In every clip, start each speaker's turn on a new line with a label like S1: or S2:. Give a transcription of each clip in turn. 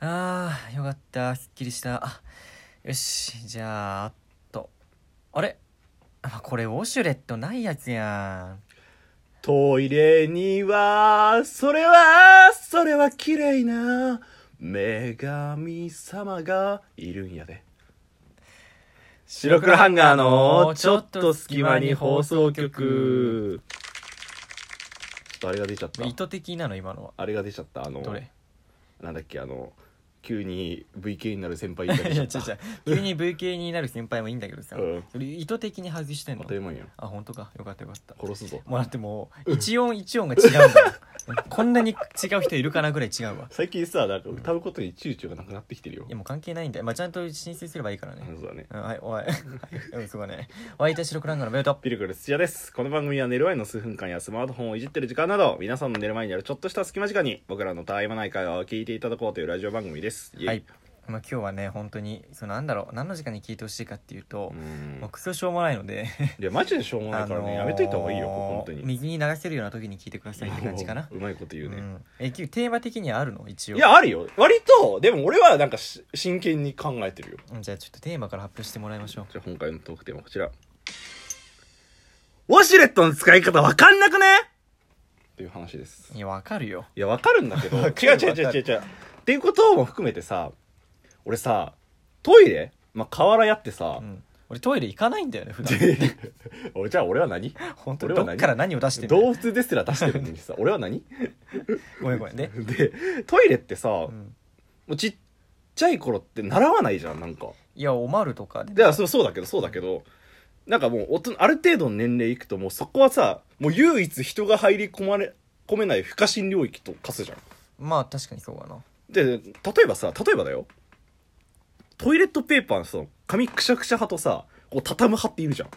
S1: あーよかったすっきりしたあよしじゃああっとあれあこれウォシュレットないやつやん
S2: トイレには、それは、それは綺麗な、女神様がいるんやで。白黒ハンガーの、ちょっと隙間に放送局。ちょっとあれが出ちゃった
S1: 意。図的なの今のは
S2: あれが出ちゃった。あの、
S1: どれ
S2: なんだっけ、あの、急に VK になる先輩が出
S1: い
S2: ち
S1: や違う違
S2: ゃっ
S1: う
S2: た。
S1: 急に VK になる先輩もいいんだけどさ、
S2: うん
S1: それ意図的に外してん
S2: 当
S1: の
S2: たり前やん。
S1: あ本当かよかったよかった
S2: 殺すぞ。
S1: もうだってもう一音一音が違うんだよこんなに違う人いるかなぐらい違うわ
S2: 最近さ、なんか歌うことに躊躇がなくなってきてるよ
S1: いや。もう関係ないんだよ、まあ、ちゃんと申請すればいいからね、
S2: あのそうだね。
S1: うんはい、おい。 うん、そうだね。湧いた白黒ランガーのベルト。
S2: ピルクル土屋です。この番組は寝る前の数分間やスマートフォンをいじってる時間など、皆さんの寝る前にあるちょっとした隙間時間に、僕らのたわいもない会話を聞いていただこうというラジオ番組です。イエイ
S1: はい。。まあ、今日はね、本当に、そのなんだろう、何の時間に聞いてほしいかっていうと
S2: う、ん
S1: まあ、。クソしょうもないので、
S2: いや、マジでしょうもないからね、やめといた方がいいよ、
S1: あのー
S2: 本当に。
S1: 右に流せるような時に聞いてくださいって感じかな。
S2: うまいこと言う
S1: う
S2: ね。
S1: んえ、きテーマ的にはあるの一応。
S2: いや、あるよ。割と、でも俺はなんかし真剣に考えてるよ。
S1: うん。じゃあちょっとテーマから発表してもらいましょう。
S2: じゃあ今回のトークテーマはこちら。ウォシュレットの使い方わかんなくねっていう話です。
S1: いや、わかるよ。
S2: いや、わかるんだけど、違う
S1: わかる
S2: 違う違
S1: わ
S2: う
S1: か
S2: 違
S1: る
S2: う違う。っていうことも含めてさ、俺さ、トイレまあ、河原やってさ
S1: う、ん。俺トイレ行かないんだよね、普段。
S2: で俺じゃあ俺は何
S1: 本当
S2: 俺
S1: に
S2: は
S1: ど
S2: 何
S1: っから何を出してんの
S2: 動物ですら出してるの にさ、俺は何
S1: ごめんごめん。で、
S2: で、トイレってさ、
S1: う
S2: も
S1: ん。
S2: うちっちゃい頃って習わないじゃん、なんか。
S1: いや、おまるとかで。
S2: で、あそうそうだけど、そうだけど、なんかもう大人、ある程度の年齢いくと、もうそこはさ、もう唯一人が入り込まれ、込めない不可侵領域と化すじゃん。
S1: まあ、確かにそうかな。
S2: で例えばさ例えばだよトイレットペーパーのその紙くしゃくしゃ派とさこう畳む派っているじゃん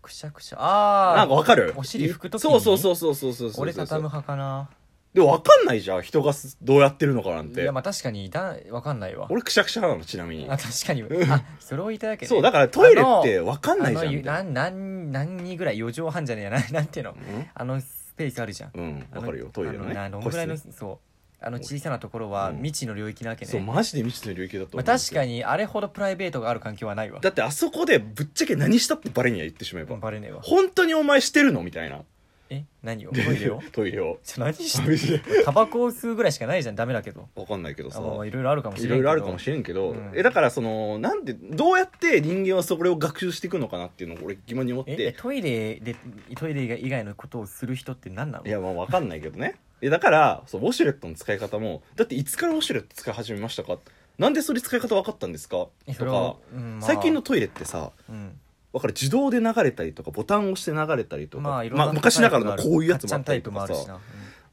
S1: くしゃくしゃ。ああ。
S2: なんかわかる
S1: お尻拭く時に
S2: そうそうそうそうそうそうそうそう
S1: 俺畳む派かな
S2: でわかんないじゃん人がすどうやってるのかなん
S1: い
S2: て
S1: やまあ確かにだわかんないわ
S2: 俺くしゃくしゃ派なのちなみに
S1: あ確かにあそれをいただけね
S2: そうだからトイレってわかんないじ
S1: あ
S2: ゃん
S1: の
S2: みたい
S1: なんなん何人ぐらい4畳半じゃねえやな なんていうの
S2: な
S1: あのスペースあるじゃん
S2: うんうんわかるよトイレのね
S1: あのあのぐらいの
S2: 個室
S1: そうあの小さなところは
S2: うん
S1: 未知の領域なわけね、
S2: そうマジで未知の領域だと思
S1: ま
S2: う
S1: あ、確か
S2: に
S1: にあれほどプライベートがある環境はないわ
S2: だってあそこでぶっちゃけ何したってバレには言ってしまえば
S1: バレねえわ
S2: 本当にお前してるのみたいな
S1: え何をトイレを
S2: トイレを
S1: ちょ何して タバコを吸うぐらいしかないじゃんダメだけど
S2: わかんないけど
S1: あ
S2: さ
S1: まあまあいろいろあるかもしれ
S2: い
S1: な
S2: ろ
S1: い
S2: いろあるかもし
S1: れ
S2: れんけど、
S1: うん
S2: えだからそのなんでどうやって人間はそれを学習していくのかなっていうのを俺疑問に思っ
S1: え
S2: て
S1: トイレでトイレ以外のことをする人って何なの
S2: いやまあわかんないけどねえだからそうウォシュレットの使い方もだっていつからウォシュレット使い始めましたかなんでそれ使い方わかったんですか
S1: えそ
S2: と
S1: れ
S2: か
S1: は、うんまあ
S2: 最近のトイレってさ
S1: うん
S2: わかる自動で流れたりとかボタンを押して流れたりとか、
S1: まあいろん
S2: まあ
S1: な
S2: 昔ながらのこういうやつも
S1: も
S2: あ
S1: あ
S2: った
S1: タ
S2: り
S1: イ
S2: と
S1: プも
S2: か
S1: あ
S2: さ
S1: るしな、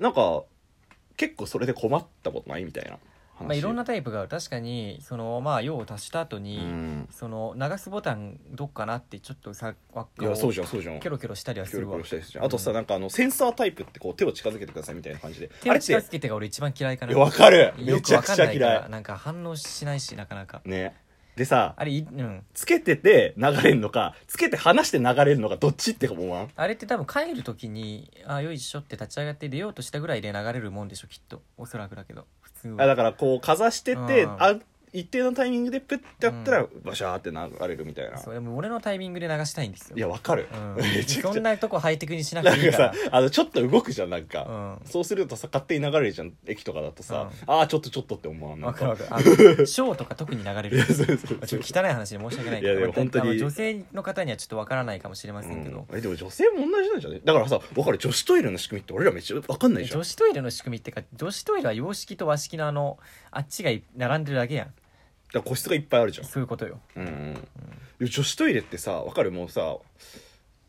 S2: なんか結構それで困ったことないみたいな
S1: う
S2: 話
S1: んまあいろんなタイプがある確かにそのまあ用を足した後
S2: う
S1: に、
S2: ん
S1: その流すボタンどっかなってちょっとさ輪っ
S2: い
S1: かを
S2: やそうじゃんそうじゃん
S1: キョロキョロしたりはす
S2: 協
S1: るわ
S2: 力したりするじゃんあとさ、なんかあのセンサータイプってこう手を近づけてくださいみたいな感じで
S1: 手
S2: あ
S1: を
S2: れって
S1: 近づけてが俺一番嫌いか
S2: い
S1: な
S2: やわかるめ
S1: よく
S2: ちゃ
S1: わ
S2: く
S1: かん
S2: ち
S1: な
S2: ゃ
S1: いから
S2: 嫌い
S1: なんか反応しないしなかなか
S2: ねでさ
S1: あれいうん
S2: つけてて流れるのかつけて離して流れるのかどっちって思わん
S1: あれって多分帰る時に「あよいしょ」って立ち上がって出ようとしたぐらいで流れるもんでしょきっとおそらくだけど普通
S2: あ
S1: は
S2: だからこうかざしてて、
S1: うん
S2: あ一定のタイミングでプッてやったら、バシャーって流れるみたいな
S1: そうでも俺のタイミングで流したいんですよ
S2: いやわかる、
S1: うん
S2: めちゃ
S1: そ
S2: くちゃ
S1: んなとこハイテクにしなく
S2: なん
S1: ていい
S2: か
S1: か
S2: さ
S1: ら
S2: あのちょっと動くじゃんなんか、
S1: う
S2: そうするとさ勝手に流れるじゃん駅とかだとさ、ああちょっとちょっとって思わん
S1: ん
S2: なん
S1: わかるわかるあの ショーとか特に流れ
S2: い
S1: る
S2: やそうそうそう
S1: ちょっと汚い話で申し訳ないけ
S2: いや
S1: ど
S2: でも本当に
S1: あの女性の方にはちょっとわからないかもしれませんけど、
S2: うんえでも女性も同じなんじゃねだからさ分かる女子トイレの仕組みって俺らめっちゃ分かんないじゃん
S1: 女子トイレの仕組みってか女子トイレは洋式と和式のあのあっちが並んでるだけやん
S2: だから個室がいっぱいあるじゃん
S1: そういうことよ
S2: うん、うん、女子トイレってさ分かるもうさ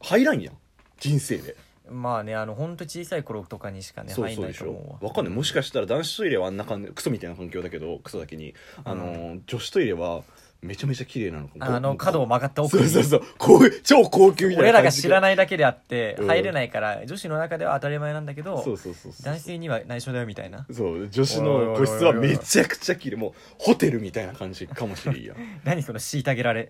S2: 入らんやん人生で、
S1: まあねあのほんと小さい頃とかにしかね
S2: そう
S1: 入
S2: そ
S1: んな
S2: うで
S1: い
S2: し
S1: と思
S2: ょ
S1: うわ
S2: 分かんないもしかしたら男子トイレはあんな感じクソみたいな環境だけどクソだけにあのー、女子トイレはめちゃめちゃ綺麗なのかも
S1: あの角を曲がった奥
S2: そう
S1: に
S2: そうそうこういう超高級みたい
S1: 俺ら
S2: な感
S1: が
S2: じ
S1: 知ら
S2: い
S1: ないだけであって
S2: うん
S1: 入れないから女子の中では当たり前なんだけど
S2: そうそうそうそう
S1: 男性には内緒だよみたいな
S2: そう女子の個室はめちゃくちゃ綺麗もうホテルみたいな感じかもしれんや
S1: 何その虐げられ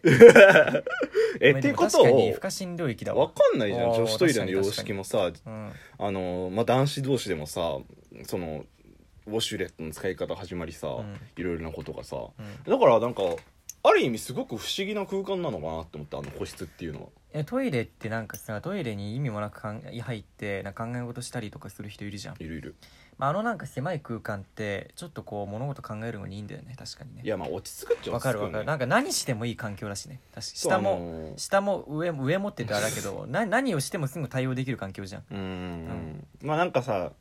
S2: え
S1: まあ
S2: って
S1: で
S2: いう
S1: も
S2: こと
S1: 確かに
S2: を
S1: 不可侵領域だ
S2: わ
S1: わ
S2: かんないじゃん
S1: あー
S2: 女子トイレの様式もさ
S1: うん
S2: あの、まあ、男子同士でもさそのウォシュレットの使い方始まりさ、
S1: ん
S2: いろいろなことがさ
S1: うん
S2: だからなんかある意味すごく不思議な空間なのかなって思ったあの個室っていうのは
S1: えトイレってなんかさトイレに意味もなくかん入ってなんか考え事したりとかする人いるじゃん、
S2: いるいる
S1: まあ、あのなんか狭い空間ってちょっとこう物事考えるのにいいんだよね確かに
S2: い
S1: ね
S2: やまあ落ち着くっちゃ
S1: わ
S2: 落
S1: か
S2: ち着
S1: る
S2: くよ
S1: わ
S2: ね
S1: かるなんか何してもいい環境だしね確か
S2: そう
S1: 下も、
S2: あのー
S1: 下も上も上もって言ったらあれだけ どな何をしてもすぐ対応できる環境じゃん
S2: うーんまあなんかさ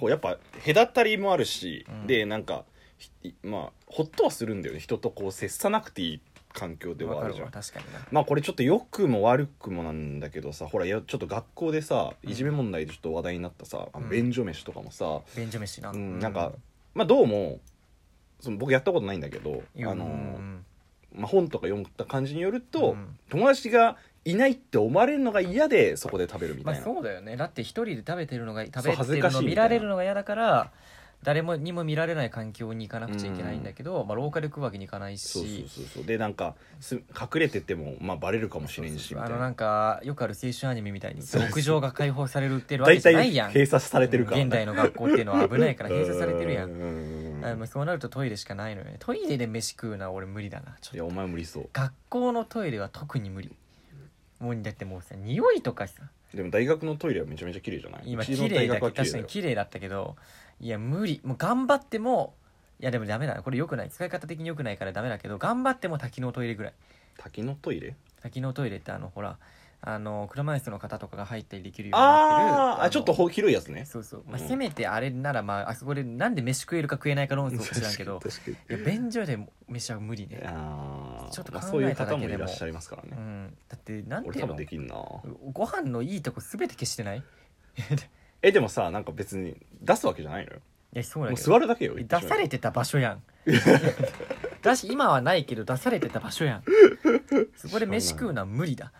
S2: こうやっぱ隔たりもあるし、
S1: うん
S2: でなんかひまあほっとはするんだよね人とこう接さなくていい環境で
S1: わ
S2: はあ
S1: か
S2: る
S1: る
S2: じゃ
S1: わ
S2: ん
S1: 確かにな
S2: まあこれちょっと良くも悪くもなんだけどさほらよちょっと学校でさ
S1: うん
S2: いじめ問題でちょっと話題になったさ、あの
S1: うん
S2: 便所飯とかもさ、
S1: 便所飯な、
S2: うんなんかまあどうもその僕やったことないんだけど、
S1: いや
S2: あの
S1: うんうん
S2: まあ、本とか読んだ感じによると、
S1: うん
S2: 友達がいないって思われるのが嫌でそこで食べるみた
S1: ま
S2: い
S1: あ
S2: な、
S1: そうだよねだって一人で食べてるのが食
S2: そう
S1: べ
S2: 恥
S1: て
S2: ず
S1: る
S2: かしい
S1: の
S2: みたいな
S1: 見られるのが嫌だから誰もにも見られない環境に行かなくちゃいけないんだけど、まあ、廊下で食うわけにいかないし
S2: そうそうそうそうでなんかす隠れててもまあバレるかもしれんしみ
S1: あ
S2: たい
S1: のな
S2: なん
S1: かよくある青春アニメみたいに
S2: そうそう
S1: 屋上が開放されるってるわけ
S2: 大
S1: じゃない
S2: 体
S1: やん
S2: 閉鎖されてるから、
S1: 現代の学校っていうのは危ないから閉鎖されてるや
S2: うんんうんうん
S1: あまあそうなるとトイレしかないのよねトイレで飯食うのは俺無理だなちょっと
S2: いやお前無理そう
S1: 学校のトイレは特に無理もうだってもうさ匂いとかさ
S2: でも大学のトイレはめちゃめちゃ綺麗じゃない
S1: 今
S2: うちの
S1: 綺麗
S2: 大
S1: だ
S2: 学
S1: け
S2: は
S1: 確
S2: 綺麗だ
S1: かに
S2: よ
S1: 綺麗だったけどいや無理もう頑張ってもいやでもダメだなこれ良くない使い方的に良くないからダメだけど頑張っても多機能トイレぐらい
S2: 滝のトイレ
S1: 多機能トイレってあのほらあの車椅子の方とかが入ったりできるようになってる
S2: あーあ
S1: の
S2: ちょっとほ広いやつね
S1: そうそう、まあ、
S2: うん
S1: せめてあれならまああそこでなんで飯食えるか食えないか論争か知らんけど
S2: 確かに
S1: いや便所で飯は無理ね
S2: あー
S1: ちょっと
S2: まあ
S1: 考えた
S2: そういう
S1: だ
S2: 方
S1: け
S2: も
S1: でも
S2: いらっしゃいますから
S1: う
S2: ね、
S1: んだってなんて
S2: 俺
S1: いう
S2: 多
S1: の
S2: 分できんな
S1: ご飯のいいとこ全て消してないい
S2: えでもさなんか別に出すわけじゃないのよ
S1: やそうだ
S2: もう
S1: けど
S2: 座るだけよ
S1: 出されてた場所 やんだし今はないけど出されてた場所やんそこで飯食うのは無理だ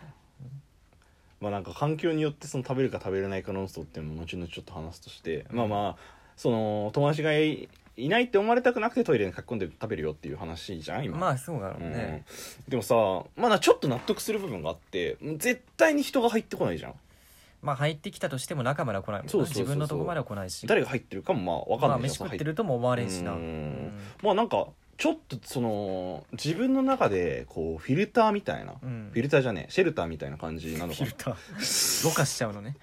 S2: まあなんか環境によってその食べるか食べれないか論争っていうのも後々ちょっと話すとして、まあまあその友達がいいないって思われたくなくてトイレに書き込んで食べるよっていう話じゃん今、
S1: まあそうだろ
S2: う
S1: うんね、
S2: でもさまだちょっと納得する部分があって絶対に人が入ってこないじゃん
S1: まあ入ってきたとしても中までは来ないもんな
S2: そうそうそうそう
S1: 自分のとこまでは来ないし
S2: 誰が入ってるかもまあ分かん
S1: ま
S2: な
S1: あ
S2: い
S1: 飯
S2: じゃんその
S1: 食っ
S2: 入
S1: てるとも思われんしな
S2: うん
S1: うん
S2: まあなんかちょっとその自分の中でこうフィルターみたいな、
S1: うん
S2: フィルターじゃねえシェルターみたいな感じなの
S1: フ
S2: か
S1: ィルターろ過しちゃうのね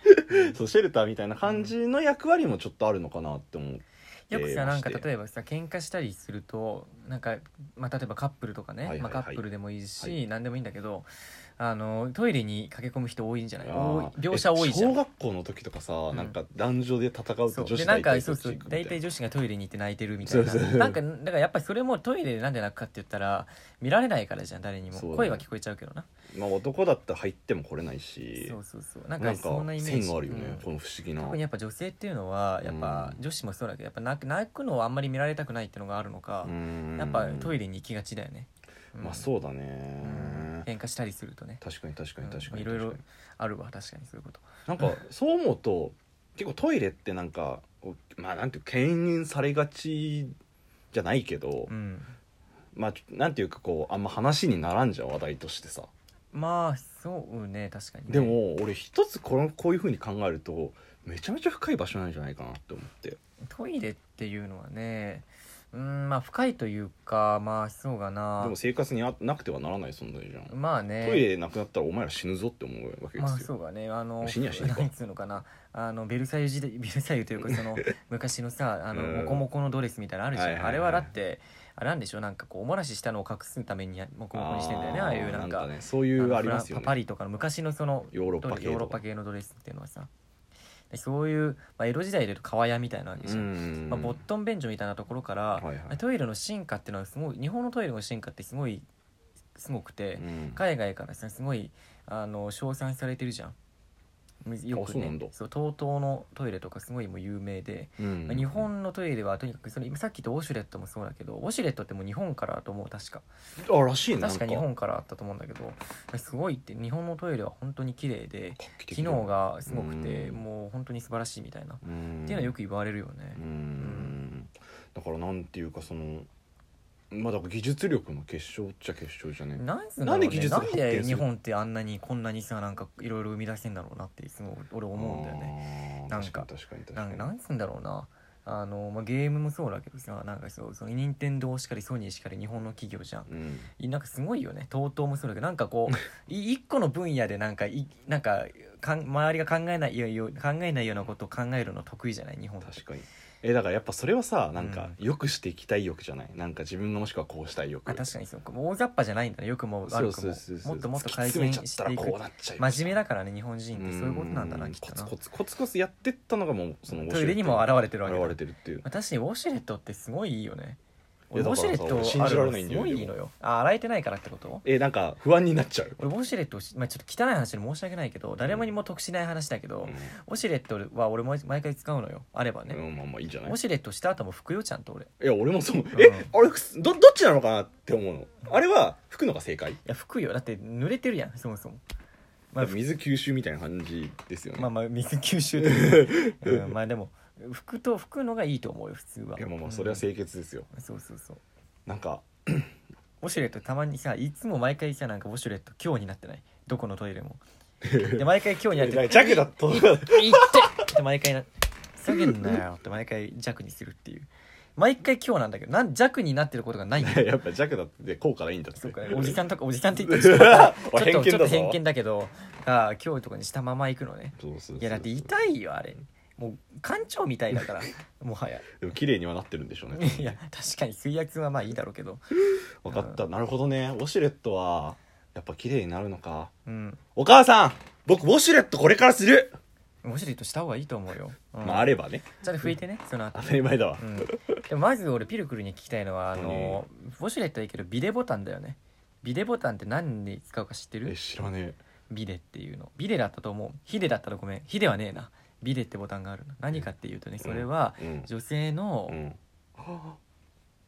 S2: なそうシェルターみたいな感じの役割もちょっとあるのかなって思う
S1: よく
S2: え
S1: さ
S2: ー
S1: なんか
S2: まして
S1: 例えばさ喧嘩したりするとなんか、まあ、例えばカップルとかね、
S2: はいはいはい
S1: まあ、カップルでもいいし、
S2: はい
S1: 何でもいいんだけどあのトイレに駆け込む人多いんじゃない
S2: あ
S1: 多
S2: ー
S1: い両者多いじゃ
S2: え小
S1: ん。
S2: 学校の時とかさ、
S1: ん
S2: なんか男女で戦うと
S1: そう
S2: 女
S1: で
S2: 子
S1: なんかそ
S2: そうっ
S1: そう
S2: ち行くみたい
S1: 大体女子がトイレに行って泣いてるみたいな
S2: そうそう
S1: なんかだからやっぱりそれもトイレなんで泣くかって言ったら見られないからじゃん誰にも、
S2: そうだね
S1: 声は聞こえちゃうけどな
S2: まあ男だったら入っても来れないし
S1: そうそうそうなん
S2: な
S1: か
S2: んか
S1: そんなイメージ
S2: 線があるよね、
S1: うん
S2: この不思議な
S1: 特にやっぱ女性っていうのはやっぱ、
S2: うん
S1: 女子もそうだけどやっぱ泣く泣くのをあんまり見られたくないっていうのがあるのか、やっぱトイ
S2: レ、
S1: レに行きがちだよね、うん
S2: まあそうだね、
S1: うん喧嘩したりするとね
S2: 確かに確かに確かに
S1: うんいろいろ
S2: 確かに
S1: あるわ確かにそういうこと
S2: なんかそう思うと結構トイレってなんかこうまあなんていうか敬遠されがちじゃないけど、
S1: うん
S2: まあちょなんていうかこうあんま話にならんじゃん話題としてさ
S1: まあそうね確かにね、
S2: でも俺一つこのこういうふうに考えるとめちゃめちゃ深い場所なんじゃないかなって思って
S1: トイレっていうのはねうんまあ深いというかまあそうかな
S2: でも生活にあなくてはならない存在じゃん、
S1: まあね
S2: トイレなくなったらお前ら死ぬぞって思うわけで
S1: まあ
S2: す
S1: そ
S2: よ、
S1: うかねあの
S2: 死にはしないか
S1: なんつうのかなあのベルサイユ時代ベルサイユというかそ の昔のさあの
S2: うん
S1: モコモコのドレスみたいなのあるじゃん、
S2: はいはいはい
S1: あれはだってあれなんでしょうなんかこうおもらししたのを隠すためにやモコモコにしてんだよねああいうなんか
S2: ねそうい
S1: あ
S2: う
S1: の
S2: ありますよ
S1: フラパパ
S2: ね
S1: リとかの昔のその
S2: ヨーロッパ系とか
S1: ヨーロッパ系のドレスっていうのはさでそういう、まあ、江戸時代でいうと革屋みたいなわけじゃん、
S2: ん
S1: まあ、ボットン便所みたいなところから、
S2: いはい
S1: まあトイレの進化っていうのはすごい日本のトイレの進化ってすごいすごくて、
S2: うん
S1: 海外からさすごいあの称賛されてるじゃん。よく
S2: そうな
S1: ね
S2: んだ
S1: TOTO のトイレとかすごいもう有名で、
S2: うん
S1: まあ日本のトイレはとにかくその今さっき言ったウォシュレットもそうだけどウォシュレットってもう日本からだと思う確か
S2: あらしいねなん
S1: 確か日本からあったと思うんだけどすごいって日本のトイレは本当に綺麗で
S2: 画期的
S1: 機
S2: だよ
S1: 能がすごくて
S2: うん
S1: もう本当に素晴らしいみたいなっ
S2: うん
S1: ていうのはよく言われるよね
S2: う、んだからなんていうかそのまあだから技術力の結晶っちゃ結晶じゃね
S1: なんすんだ
S2: な
S1: ろ
S2: ん
S1: う
S2: で
S1: ね
S2: 技術が
S1: な
S2: 発
S1: ん
S2: 展する
S1: で日本ってあんなにこんなにさなんかいろいろ生み出せんだろうなっていつも俺思うんだよね
S2: ね
S1: なんか
S2: 確かに確
S1: な
S2: か
S1: ん
S2: に
S1: なんすんだろうなあの、まあ、ゲームもそうだけどさなんかそうその任天堂しかりソニーしかり日本の企業じゃん
S2: うん
S1: いなんかすごいよね TOTO もそうだけどなんかこう い一個の分野でなんかいなんかかん周りが考えないよよ考えないようなことを考えるの得意じゃない日本って
S2: 確かにえだからやっぱそれはさなんか
S1: う
S2: よくしていきたい欲じゃないなんか自分がもしくはこうしたい欲
S1: あ確かにそう大雑把じゃないんだねよくも
S2: そ
S1: 悪
S2: う
S1: く
S2: そう
S1: も
S2: そうそう
S1: もっともっと
S2: 突き
S1: 改
S2: 詰
S1: 善
S2: めちゃっ
S1: したて
S2: ら
S1: いく
S2: こうなっちゃいました
S1: 真面目だからね日本人ってそういうことなんだな
S2: う
S1: きっと
S2: コ
S1: な
S2: ツコツコツコツやってったのがもうその
S1: トイレにも現れてるわけだ
S2: 現れてるっていう
S1: まあ確かにウォシュレットってすごいいいよね
S2: いや
S1: 俺ウォシュレット
S2: だからさ
S1: あるの
S2: 信じられないん
S1: す
S2: だよ
S1: ごいいいのよあ洗えてないからってこと
S2: えなんか不安になっちゃう、
S1: 俺ウォシュレットをし、まあ、ちょっと汚い話で申し訳ないけど誰もにも得しない話だけど、ウォシュレットは俺も毎回使うのよあればね、
S2: うん、まあまあいいんじゃない
S1: ウォシュレットした後も拭くよちゃんと俺い
S2: いや俺もそう、
S1: ん
S2: えあれどどっちなのかなって思うのあれは吹くのが正解
S1: や拭くよだって濡れてるやんそもそもまあ、
S2: 水吸収みたいな感じですよね、
S1: まあまあ水吸収というか うんまあでも拭くと拭くのがいいと思うよ普通はい
S2: やまあまあそれは
S1: 正
S2: 清潔ですよ、
S1: そうそうそう
S2: なんか
S1: ウォシュレットたまにさいつも毎回さなんかウォシュレット今日になってないどこのトイレ もで毎回今日になって
S2: なんか弱だと
S1: いってって毎回な「下げんなよ」って毎回弱にするっていう毎回今日なんだけどなん弱になってることがないんだよ
S2: やっぱ弱だって効果ないんだって
S1: そうか
S2: ね
S1: おじさんとかおじさんって言った らちょっと
S2: 偏見だぞ
S1: ちょっと偏見だけどあー今日とかにしたまま行くのね
S2: そうそうそう
S1: いやだって痛いよあれもう館長みたいだ からもはや
S2: でも綺麗にはなってるんでしょうね
S1: いや確かに水圧はまあいいだろうけど
S2: 分かったなるほどねウォシュレットはやっぱ綺麗になるのか
S1: うん
S2: お母さん僕ウォシュレットこれからする、
S1: ウォシュレットした方がいいと思うよ、うん
S2: まああればね
S1: ちゃんと拭いてねその後
S2: 当たり前だわ、
S1: うん、でもまず俺ピルクルに聞きたいのはあのウォシュレットはいいけどビデボタンだよねビデボタンって何に使うか知って
S2: え
S1: る
S2: 知らね
S1: ビデっていうのビデだったと思うヒデだったらごめんヒデはねえなビデってボタンがあるの何かっていうとねそれは
S2: えうん
S1: 女性の
S2: うんはあ